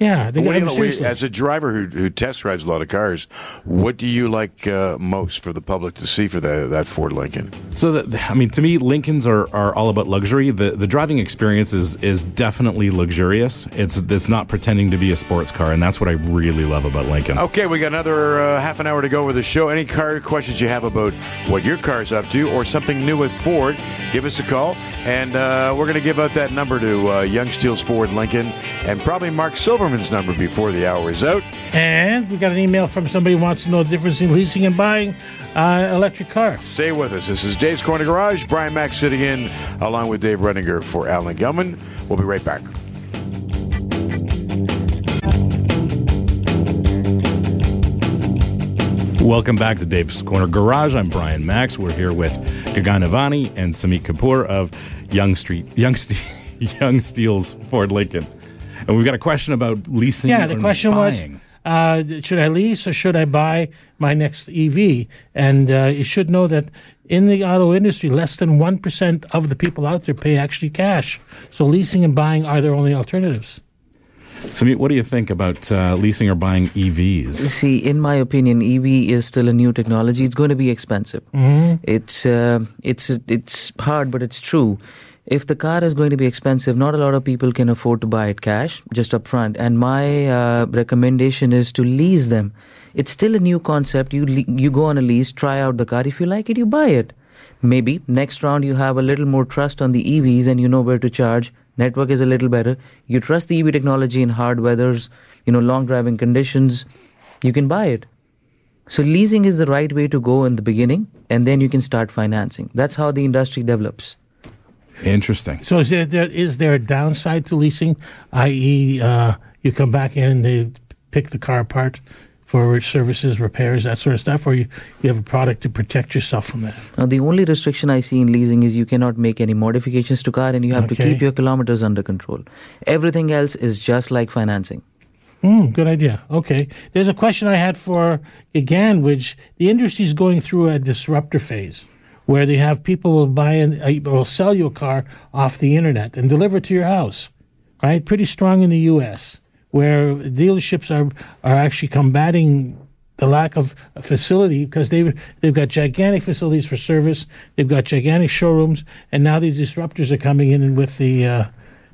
[SPEAKER 2] Yeah, they
[SPEAKER 9] What
[SPEAKER 2] got
[SPEAKER 9] do you
[SPEAKER 2] everything.
[SPEAKER 9] like-
[SPEAKER 2] seriously.
[SPEAKER 9] as a driver who, who test drives a lot of cars, what do you like uh, most for the public to see for the, that Ford Lincoln?
[SPEAKER 4] So, that, I mean, to me, Lincolns are, are all about luxury. The the driving experience is is definitely luxurious. It's it's not pretending to be a sports car, and that's what I really love about Lincoln.
[SPEAKER 2] Oh.
[SPEAKER 9] Okay, we got another uh, half an hour to go with the show. Any car questions you have about what your car's up to or something new with Ford, give us a call. And uh, we're going to give out that number to uh, Young Steel's Ford Lincoln and probably Mark Silverman's number before the hour is out.
[SPEAKER 2] and we got an email from somebody who wants to know the difference between leasing and buying uh, electric cars.
[SPEAKER 9] Stay with us. This is Dave's Corner Garage. Brian Mack sitting in along with Dave Renninger for Alan Gilman. We'll be right back.
[SPEAKER 4] Welcome back to Dave's Corner Garage. I'm Brian Max. We're here with Gagan Navani and Samit Kapoor of Young Street, Young, Ste- Young Steel's Ford Lincoln. And we've got a question about leasing.
[SPEAKER 2] Yeah, the
[SPEAKER 4] and
[SPEAKER 2] question
[SPEAKER 4] buying.
[SPEAKER 2] was. Uh, should I lease or should I buy my next EV? And uh, you should know that in the auto industry, less than 1% of the people out there pay actually cash. So leasing and buying are their only alternatives.
[SPEAKER 4] Samit, what do you think about uh, leasing or buying EVs?
[SPEAKER 6] See, in my opinion, EV is still a new technology. It's going to be expensive.
[SPEAKER 2] Mhm.
[SPEAKER 6] It's uh, it's it's hard, but it's true. If the car is going to be expensive, not a lot of people can afford to buy it cash, just up front. And my uh, recommendation is to lease them. It's still a new concept. You le- you go on a lease, try out the car. If you like it, you buy it. Maybe next round you have a little more trust on the EVs and you know where to charge. Network is a little better. You trust the EV technology in hard weathers, you know, long driving conditions. You can buy it. So leasing is the right way to go in the beginning, and then you can start financing. That's how the industry develops.
[SPEAKER 4] Interesting.
[SPEAKER 2] So is there, there is there a downside to leasing, i.e., uh, you come back in and they pick the car apart for services, repairs, that sort of stuff, or you, you have a product to protect yourself from that?
[SPEAKER 6] Now, the only restriction I see in leasing is you cannot make any modifications to car, and you have to
[SPEAKER 2] Okay.
[SPEAKER 6] keep your kilometers under control. Everything else is just like financing.
[SPEAKER 2] Mm, good idea. Okay. There's a question I had for again, which the industry is going through a disruptor phase where they have people will buy and uh, will sell you a car off the internet and deliver it to your house, right? Pretty strong in the U.S., where dealerships are are actually combating the lack of facility because they've they've got gigantic facilities for service, they've got gigantic showrooms, and now these disruptors are coming in with the uh,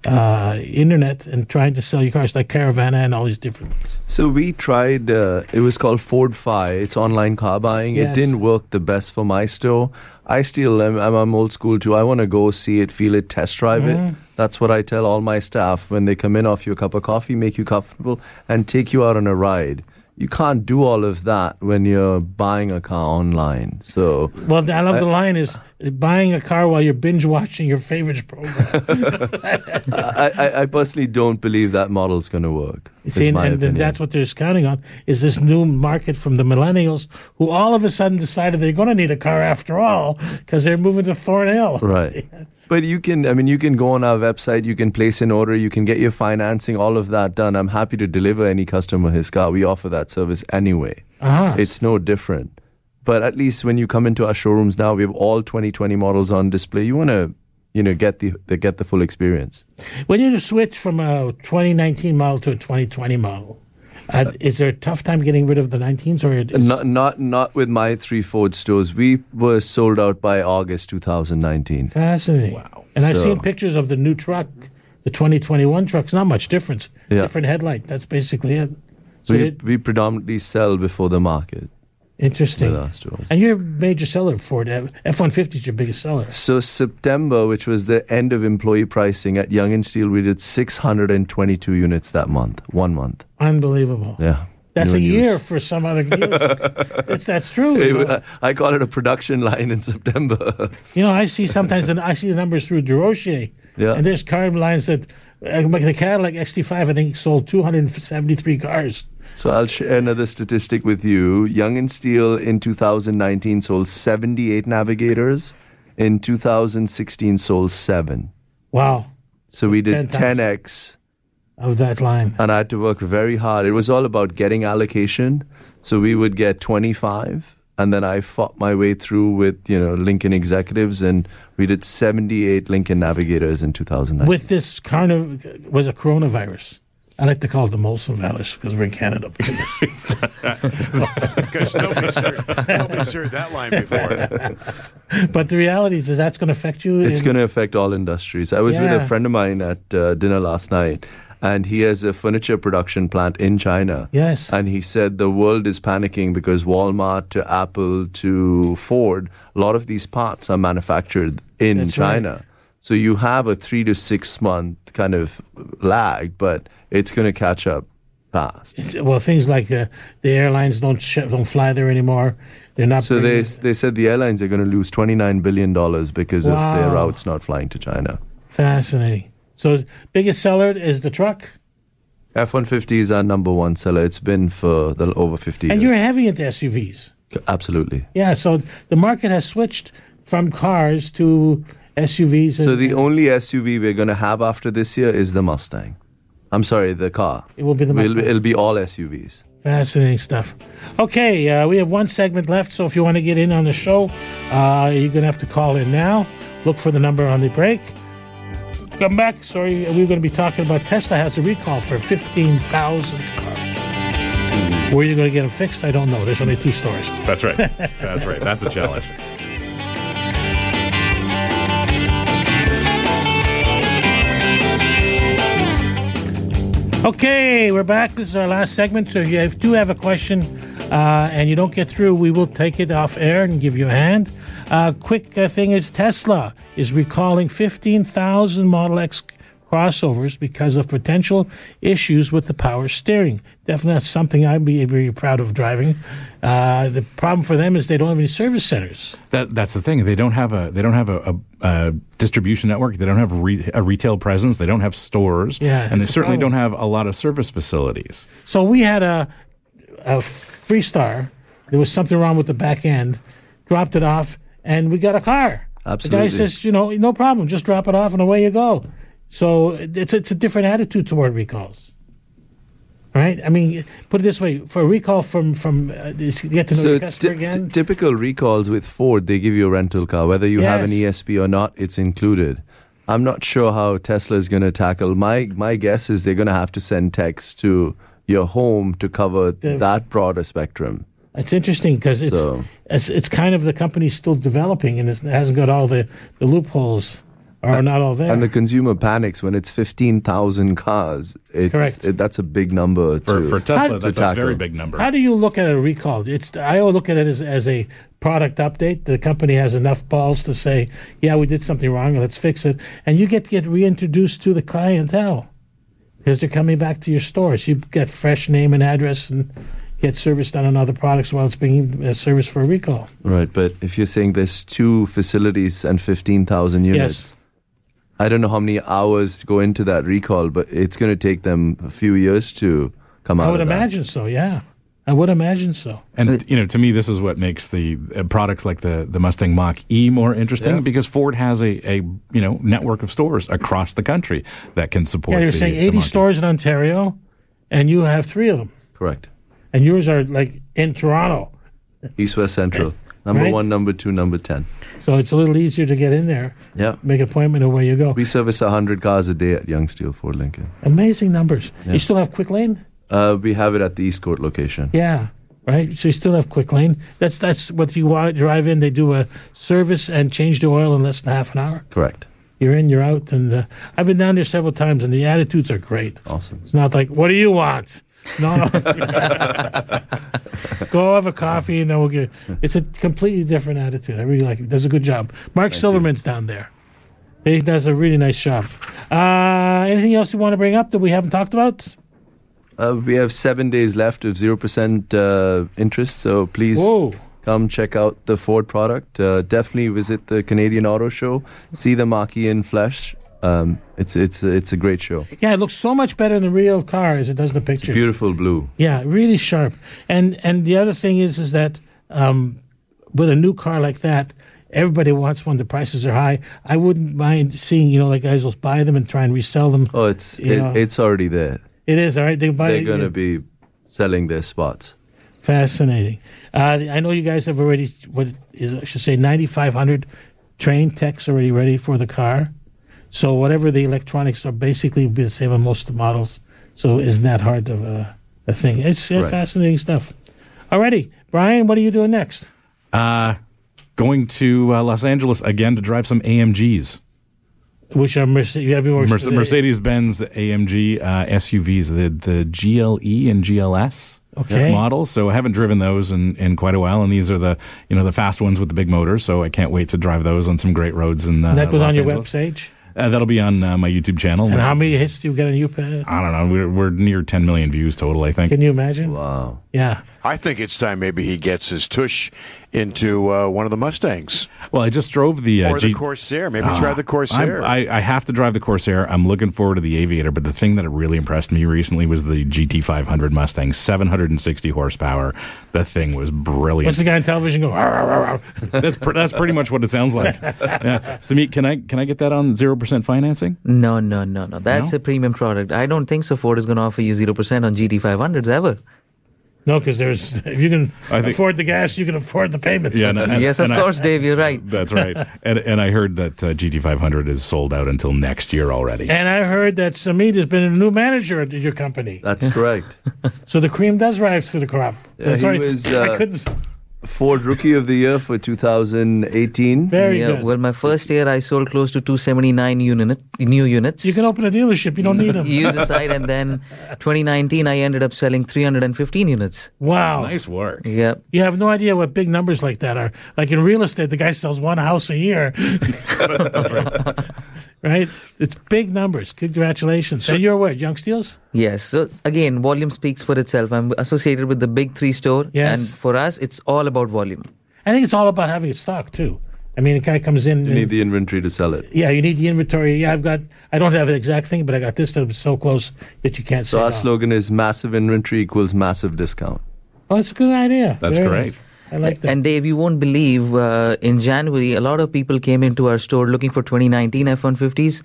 [SPEAKER 2] uh, internet and trying to sell you cars like Caravana and all these different.
[SPEAKER 3] So we tried. Uh, it was called Ford Fi. It's online car buying.
[SPEAKER 2] Yes.
[SPEAKER 3] It didn't work the best for my store. I still am. I'm, I'm old school too. I want to go see it, feel it, test drive
[SPEAKER 2] Mhm.
[SPEAKER 3] it. That's what I tell all my staff when they come in, offer you a cup of coffee, make you comfortable, and take you out on a ride. You can't do all of that when you're buying a car online. So
[SPEAKER 2] Well, I love
[SPEAKER 3] I-
[SPEAKER 2] the line is buying a car while you're binge watching your favorites program.
[SPEAKER 3] I, I, I personally don't believe that model's going to work.
[SPEAKER 2] You See,
[SPEAKER 3] is
[SPEAKER 2] and,
[SPEAKER 3] my
[SPEAKER 2] and then
[SPEAKER 3] opinion.
[SPEAKER 2] that's what they're counting on is this new market from the millennials who all of a sudden decided they're going to need a car after all because they're moving to Thornhill.
[SPEAKER 3] Right. But you can, I mean, you can go on our website, you can place an order, you can get your financing, all of that done. I'm happy to deliver any customer his car. We offer that service anyway.
[SPEAKER 2] Uh-huh.
[SPEAKER 3] It's no different. But at least when you come into our showrooms now, we have all 2020 models on display. You want to, you know, get the, the get the full experience.
[SPEAKER 2] When you switch from a 2019 model to a 2020 model, uh, is there a tough time getting rid of the 19s or it-
[SPEAKER 3] Not not not with my three Ford stores. We were sold out by August 2019.
[SPEAKER 2] Fascinating. Wow. And I've
[SPEAKER 3] So-
[SPEAKER 2] seen pictures of the new truck, the 2021 truck's not much difference.
[SPEAKER 3] Yeah.
[SPEAKER 2] Different headlight. That's basically it. So
[SPEAKER 3] We,
[SPEAKER 2] it,
[SPEAKER 3] we predominantly sell before the market
[SPEAKER 2] interesting.
[SPEAKER 3] with our stores.
[SPEAKER 2] And you're a major seller of Ford. F one fifty is your biggest seller.
[SPEAKER 3] So September, which was the end of employee pricing at Young and Steel, we did 622 units that month, one month.
[SPEAKER 2] Unbelievable.
[SPEAKER 3] Yeah.
[SPEAKER 2] That's
[SPEAKER 3] New
[SPEAKER 2] a
[SPEAKER 3] and used.
[SPEAKER 2] year for some other dealers. it's that's true.
[SPEAKER 3] It
[SPEAKER 2] you know.
[SPEAKER 3] wa- I call it a production line in September.
[SPEAKER 2] You know, I see sometimes and I see the numbers through DeRocher.
[SPEAKER 3] Yeah.
[SPEAKER 2] And there's car lines that uh, like the Cadillac XT5 I think sold 273 cars.
[SPEAKER 3] so I'll share another statistic with you. Young and Steel in 2019 sold 78 navigators. In 2016, sold seven.
[SPEAKER 2] Wow.
[SPEAKER 3] So we did
[SPEAKER 2] 10 times.
[SPEAKER 3] 10x
[SPEAKER 2] Of that line.
[SPEAKER 3] and I had to work very hard. It was all about getting allocation. So we would get 25, and then I fought my way through with you know Lincoln executives, and we did 78 Lincoln Navigators in 2009.
[SPEAKER 2] With this carniv was a coronavirus. I like to call it the Molson virus because we're in Canada.
[SPEAKER 9] Because nobody's heard, nobody's heard that line before.
[SPEAKER 2] but the reality is, is that's going to affect you.
[SPEAKER 3] it's
[SPEAKER 2] in-
[SPEAKER 3] going to affect all industries. I was with
[SPEAKER 2] Yeah.
[SPEAKER 3] a friend of mine at uh, dinner last night, and he has a furniture production plant in China.
[SPEAKER 2] Yes.
[SPEAKER 3] And he said the world is panicking because Walmart to Apple to Ford, a lot of these parts are manufactured in
[SPEAKER 2] That's right.
[SPEAKER 3] China. So you have a three to six month kind of lag, but it's going to catch up fast.
[SPEAKER 2] well, things like uh, the airlines don't sh- don't fly there anymore. They're not.
[SPEAKER 3] So they,
[SPEAKER 2] bringing-
[SPEAKER 3] they said the airlines are going to lose $29 billion because of their
[SPEAKER 2] Wow.
[SPEAKER 3] routes not flying to China.
[SPEAKER 2] fascinating. So biggest seller is the truck,
[SPEAKER 3] F one fifty is our number one seller. It's been for the over fifty years.
[SPEAKER 2] and you're heavy into SUVs.
[SPEAKER 3] Absolutely.
[SPEAKER 2] Yeah, so the market has switched from cars to SUVs. And,
[SPEAKER 3] So the only SUV we're going to have after this year is the Mustang. I'm sorry, the car.
[SPEAKER 2] It will be the
[SPEAKER 3] We'll-
[SPEAKER 2] Mustang.
[SPEAKER 3] it'll be all SUVs.
[SPEAKER 2] Fascinating stuff. Okay, uh, we have one segment left, so if you want to get in on the show, uh, you're going to have to call in now. Look for the number on the break. Come back. Sorry, we we're going to be talking about Tesla has a recall for 15,000 cars. Where you going to get them fixed? I don't know. There's only two stores.
[SPEAKER 4] That's right. That's right. That's a challenge.
[SPEAKER 2] Okay, we're back. This is our last segment. So if you do have a question uh, and you don't get through, we will take it off air and give you a hand. Uh, quick uh, thing is Tesla is recalling 15,000 Model X crossovers because of potential issues with the power steering. Definitely that's something I'd be very proud of driving. Uh, the problem for them is they don't have any service centers.
[SPEAKER 4] That that's the thing. They don't have a they don't have a, a, a distribution network. They don't have re, a retail presence. They don't have stores.
[SPEAKER 2] Yeah,
[SPEAKER 4] and they
[SPEAKER 2] it's a
[SPEAKER 4] certainly
[SPEAKER 2] problem.
[SPEAKER 4] don't have a lot of service facilities.
[SPEAKER 2] So we had a, a Freestar. There was something wrong with the back end. Dropped it off, and we got a car. The guy
[SPEAKER 3] Absolutely.
[SPEAKER 2] says, you know, no problem. Just drop it off, and away you go. So it's it's a different attitude toward recalls. Right? I mean, put it this way: for a recall from from uh, you get to know your
[SPEAKER 3] So
[SPEAKER 2] customer
[SPEAKER 3] ty- ty-
[SPEAKER 2] again.
[SPEAKER 3] typical recalls with Ford, they give you a rental car. Whether you have an
[SPEAKER 2] Yes.
[SPEAKER 3] ESP or not, it's included. I'm not sure how Tesla is going to tackle. My my guess is they're going to have to send techs to your home to cover
[SPEAKER 2] The-
[SPEAKER 3] that broader spectrum.
[SPEAKER 2] It's interesting because it's,
[SPEAKER 3] So-
[SPEAKER 2] it's it's kind of the company's still developing and it's- it hasn't got all the, the loopholes or not all there.
[SPEAKER 3] Uh, And the consumer panics when it's 15,000 cars. It's,
[SPEAKER 2] Correct.
[SPEAKER 3] It, that's a big number
[SPEAKER 4] For,
[SPEAKER 3] to,
[SPEAKER 4] for
[SPEAKER 2] How- to
[SPEAKER 4] Tesla, that's a
[SPEAKER 3] tackle.
[SPEAKER 4] very big number.
[SPEAKER 2] How do you look at a recall? It's I always look at it as, as a product update. The company has enough balls to say, "Yeah, we did something wrong. Let's fix it." And you get to get reintroduced to the clientele because they're coming back to your stores. You get fresh name and address and get service done on other products while it's being uh, serviced for a recall.
[SPEAKER 3] Right, but if you're saying there's two facilities and 15,000 units, I don't know how many hours go into that recall, but it's going to take them a few years to come out.
[SPEAKER 2] I would
[SPEAKER 3] of that.
[SPEAKER 2] imagine so. Yeah, I would imagine so.
[SPEAKER 4] And you know, to me, this is what makes the uh, products like the the Mustang Mach E more interesting
[SPEAKER 3] Yeah.
[SPEAKER 4] because Ford has a, a you know network of stores across the country that can support.
[SPEAKER 2] Yeah, you're
[SPEAKER 4] the-
[SPEAKER 2] saying
[SPEAKER 4] the
[SPEAKER 2] 80
[SPEAKER 4] Mach E.
[SPEAKER 2] stores in Ontario, and you have three of them,
[SPEAKER 3] Correct.
[SPEAKER 2] and yours are like in Toronto.
[SPEAKER 3] East West Central. Number
[SPEAKER 2] Right.
[SPEAKER 3] one, number two, number 10.
[SPEAKER 2] So it's a little easier to get in there,
[SPEAKER 3] Yeah.
[SPEAKER 2] make an appointment, and away you go.
[SPEAKER 3] We service 100 cars a day at Young Steel Ford Lincoln.
[SPEAKER 2] Amazing numbers. You still have quick lane?
[SPEAKER 3] Uh, we have it at the East Court location.
[SPEAKER 2] Yeah, right. So you still have quick lane. That's that's what you wa- drive in. They do a service and change the oil in less than half an hour.
[SPEAKER 3] Correct.
[SPEAKER 2] You're in, you're out, and uh, I've been down there several times, and the attitudes are great.
[SPEAKER 3] Awesome.
[SPEAKER 2] It's not like, what do you want? No, go have a coffee and then we'll get. It's a completely different attitude. I really like it. Does a good job. Mark Silverman's down there. He does a really nice job. Uh, anything else you want to bring up that we haven't talked about?
[SPEAKER 3] Uh, we have seven days left of 0% uh, interest, so please
[SPEAKER 2] Whoa.
[SPEAKER 3] come check out the Ford product. Uh, definitely visit the Canadian Auto Show, see the Mach E in flesh. Um, it's, it's, it's a great show.
[SPEAKER 2] Yeah, it looks so much better in the real car as it does in the pictures.
[SPEAKER 3] Beautiful blue.
[SPEAKER 2] Yeah, really sharp. And and the other thing is is that um, with a new car like that, everybody wants one. The prices are high. I wouldn't mind seeing you know like guys will buy them and try and resell them.
[SPEAKER 3] Oh, it's
[SPEAKER 2] You
[SPEAKER 3] it,
[SPEAKER 2] know.
[SPEAKER 3] it's already there.
[SPEAKER 2] It is all right. They buy
[SPEAKER 3] They're going
[SPEAKER 2] it,
[SPEAKER 3] to be selling their spots.
[SPEAKER 2] Fascinating. Uh, I know you guys have already what is I should say ninety five hundred train techs already ready for the car. So whatever the electronics are, basically will be the same on most of the models. So isn't that hard of a, a thing? It's uh,
[SPEAKER 3] Right.
[SPEAKER 2] fascinating stuff. Alrighty, Brian, what are you doing next?
[SPEAKER 4] Uh, going to uh, Los Angeles again to drive some AMGs.
[SPEAKER 2] Which are Mercedes? You have to be more
[SPEAKER 4] Merce- Mercedes Benz AMG uh, SUVs, the the GLE and GLS
[SPEAKER 2] Okay.
[SPEAKER 4] models. So I haven't driven those in, in quite a while, and these are the you know the fast ones with the big motors. So I can't wait to drive those on some great roads. And uh,
[SPEAKER 2] And that goes
[SPEAKER 4] Los
[SPEAKER 2] on your
[SPEAKER 4] Angeles.
[SPEAKER 2] website.
[SPEAKER 4] Uh, that'll be on uh, my YouTube channel.
[SPEAKER 2] And
[SPEAKER 4] which-
[SPEAKER 2] how many hits do you get on your? pa-
[SPEAKER 4] I don't know. We're, we're near 10 million views total. I think.
[SPEAKER 2] Can you imagine?
[SPEAKER 3] Wow.
[SPEAKER 2] Yeah.
[SPEAKER 9] I think it's time maybe he gets his tush into uh, one of the Mustangs
[SPEAKER 4] Well, I just drove the uh,
[SPEAKER 9] or the
[SPEAKER 4] G-
[SPEAKER 9] Corsair. Maybe try the Corsair.
[SPEAKER 4] I'm- I, I have to drive the Corsair. I'm looking forward to the Aviator, but the thing that really impressed me recently was the GT500 Mustang, 760 horsepower. The thing was brilliant.
[SPEAKER 2] What's the guy on television go? "Arr, arr, arr, arr."
[SPEAKER 4] that's pr- that's pretty much what it sounds like. Yeah. Samit, can I can I get that on zero percent financing?
[SPEAKER 6] No, no, no, no. That's
[SPEAKER 4] No?
[SPEAKER 6] a premium product. I don't think so. Ford is going to offer you 0% on GT500s ever.
[SPEAKER 2] No, because there's if you can
[SPEAKER 4] I think-
[SPEAKER 2] afford the gas, you can afford the payments.
[SPEAKER 4] Yeah, and- and-
[SPEAKER 6] yes, of
[SPEAKER 4] and I-
[SPEAKER 6] course, Dave, you're right.
[SPEAKER 4] That's right. and and I heard that uh, GT500 is sold out until next year already.
[SPEAKER 2] And I heard that Samit has been a new manager at your company,
[SPEAKER 3] That's correct.
[SPEAKER 2] so the cream does rise to the crop.
[SPEAKER 3] Yeah, he
[SPEAKER 2] Sorry,
[SPEAKER 3] was,
[SPEAKER 2] I
[SPEAKER 3] uh,
[SPEAKER 2] couldn't. s-
[SPEAKER 3] Ford Rookie of the Year for 2018.
[SPEAKER 2] Very
[SPEAKER 6] yeah,
[SPEAKER 2] good.
[SPEAKER 6] well, my first year I sold close to 279 unit, new units.
[SPEAKER 2] you can open a dealership. You don't need them.
[SPEAKER 6] use the site, and then 2019 I ended up selling 315 units.
[SPEAKER 2] Wow.
[SPEAKER 4] Nice work.
[SPEAKER 6] Yeah,
[SPEAKER 2] You have no idea what big numbers like that are. Like in real estate, the guy sells one house a year. right? It's big numbers. Congratulations. So, you're what, Young Steels?
[SPEAKER 6] yes. So again, volume speaks for itself. I'm associated with the big three store,
[SPEAKER 2] Yes.
[SPEAKER 6] and for us, it's all about volume.
[SPEAKER 2] I think it's all about having it stocked, too. I mean, the guy comes in.
[SPEAKER 3] You
[SPEAKER 2] and-
[SPEAKER 3] need the inventory to sell it.
[SPEAKER 2] yeah, you need the inventory. Yeah, I've got, I don't have the exact thing, but I got this that was so close that you can't
[SPEAKER 3] So
[SPEAKER 2] say
[SPEAKER 3] our
[SPEAKER 2] no.
[SPEAKER 3] slogan is massive inventory equals massive discount.
[SPEAKER 2] Oh, that's a good idea.
[SPEAKER 4] That's
[SPEAKER 2] Very
[SPEAKER 4] great.
[SPEAKER 2] nice. I like that.
[SPEAKER 6] And Dave, you won't believe uh, in January, a lot of people came into our store looking for 2019 F-150s,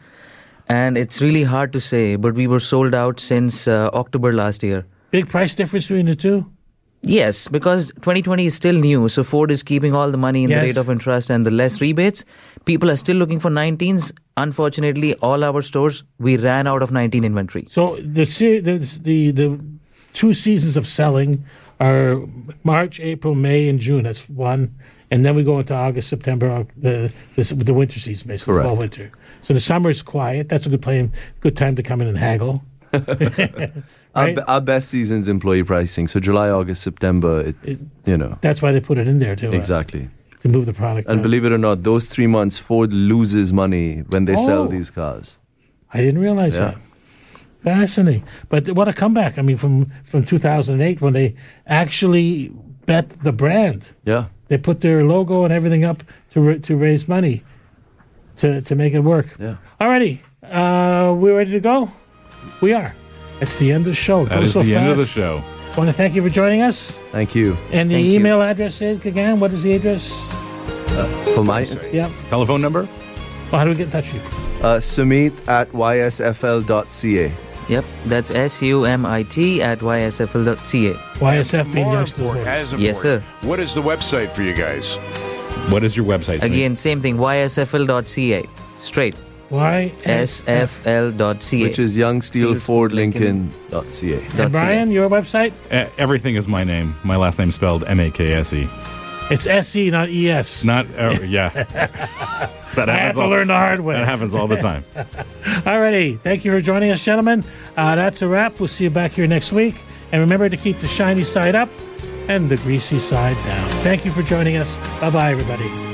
[SPEAKER 6] and it's really hard to say, but we were sold out since uh, October last year.
[SPEAKER 2] big price difference between the two?
[SPEAKER 6] Yes, because 2020 is still new, so Ford is keeping all the money in
[SPEAKER 2] Yes.
[SPEAKER 6] the rate of interest and the less rebates. People are still looking for 19s. Unfortunately, all our stores we ran out of 19 inventory.
[SPEAKER 2] So the se- the the the two seasons of selling are March, April, May, and June. That's one, and then we go into August, September, Oc- the the, the winter season, basically fall
[SPEAKER 3] Correct.
[SPEAKER 2] winter. So the summer is quiet. That's a good plan, good time to come in and haggle.
[SPEAKER 3] Our,
[SPEAKER 2] Right.
[SPEAKER 3] be- our best season's employee pricing. So July, August, September, it's, you know,
[SPEAKER 2] That's why they put it in there to uh,
[SPEAKER 3] exactly.
[SPEAKER 2] to move the product.
[SPEAKER 3] And
[SPEAKER 2] around.
[SPEAKER 3] believe it or not, those three months, Ford loses money when they
[SPEAKER 2] Oh.
[SPEAKER 3] sell these cars.
[SPEAKER 2] I didn't realize
[SPEAKER 3] Yeah.
[SPEAKER 2] that. Fascinating. But what a comeback! I mean, from from 2008 when they actually bet the brand.
[SPEAKER 3] Yeah.
[SPEAKER 2] They put their logo and everything up to ra- to raise money to to make it work.
[SPEAKER 3] Yeah.
[SPEAKER 2] Alrighty, uh, we ready to go? We are. It's the end of the show.
[SPEAKER 4] That is the end of the show.
[SPEAKER 2] Want to thank you for joining us.
[SPEAKER 3] Thank you.
[SPEAKER 2] And the
[SPEAKER 6] Thank you.
[SPEAKER 2] email address is again. What is the address?
[SPEAKER 3] For my
[SPEAKER 2] Yeah.
[SPEAKER 4] Telephone number?
[SPEAKER 2] Well, how do we get in touch with you?
[SPEAKER 3] uh, Sumit at ysfl.ca.
[SPEAKER 6] Yep, that's S U M I T at ysfl.ca.
[SPEAKER 2] YSF being
[SPEAKER 9] More
[SPEAKER 2] youngsters.
[SPEAKER 9] important,
[SPEAKER 2] Voice.
[SPEAKER 9] as
[SPEAKER 6] Yes,
[SPEAKER 9] important, what is the website for you guys?
[SPEAKER 4] What is your website? Sumit?
[SPEAKER 6] Again, same thing, ysfl.ca. Straight,
[SPEAKER 2] YSF.
[SPEAKER 6] sfl.ca.
[SPEAKER 3] which is youngsteelfordlincoln.ca.
[SPEAKER 2] And Brian, your website?
[SPEAKER 4] E- everything is my name. My last name spelled M A K S E.
[SPEAKER 2] It's SE, not E ES.
[SPEAKER 4] Not uh, yeah. that
[SPEAKER 2] I had
[SPEAKER 4] happens
[SPEAKER 2] to
[SPEAKER 4] all-
[SPEAKER 2] learn the hard way.
[SPEAKER 4] That happens all the time.
[SPEAKER 2] Alrighty. Thank you for joining us, gentlemen. Uh, that's a wrap. We'll see you back here next week. And remember to keep the shiny side up and the greasy side down. Thank you for joining us. Bye bye, everybody.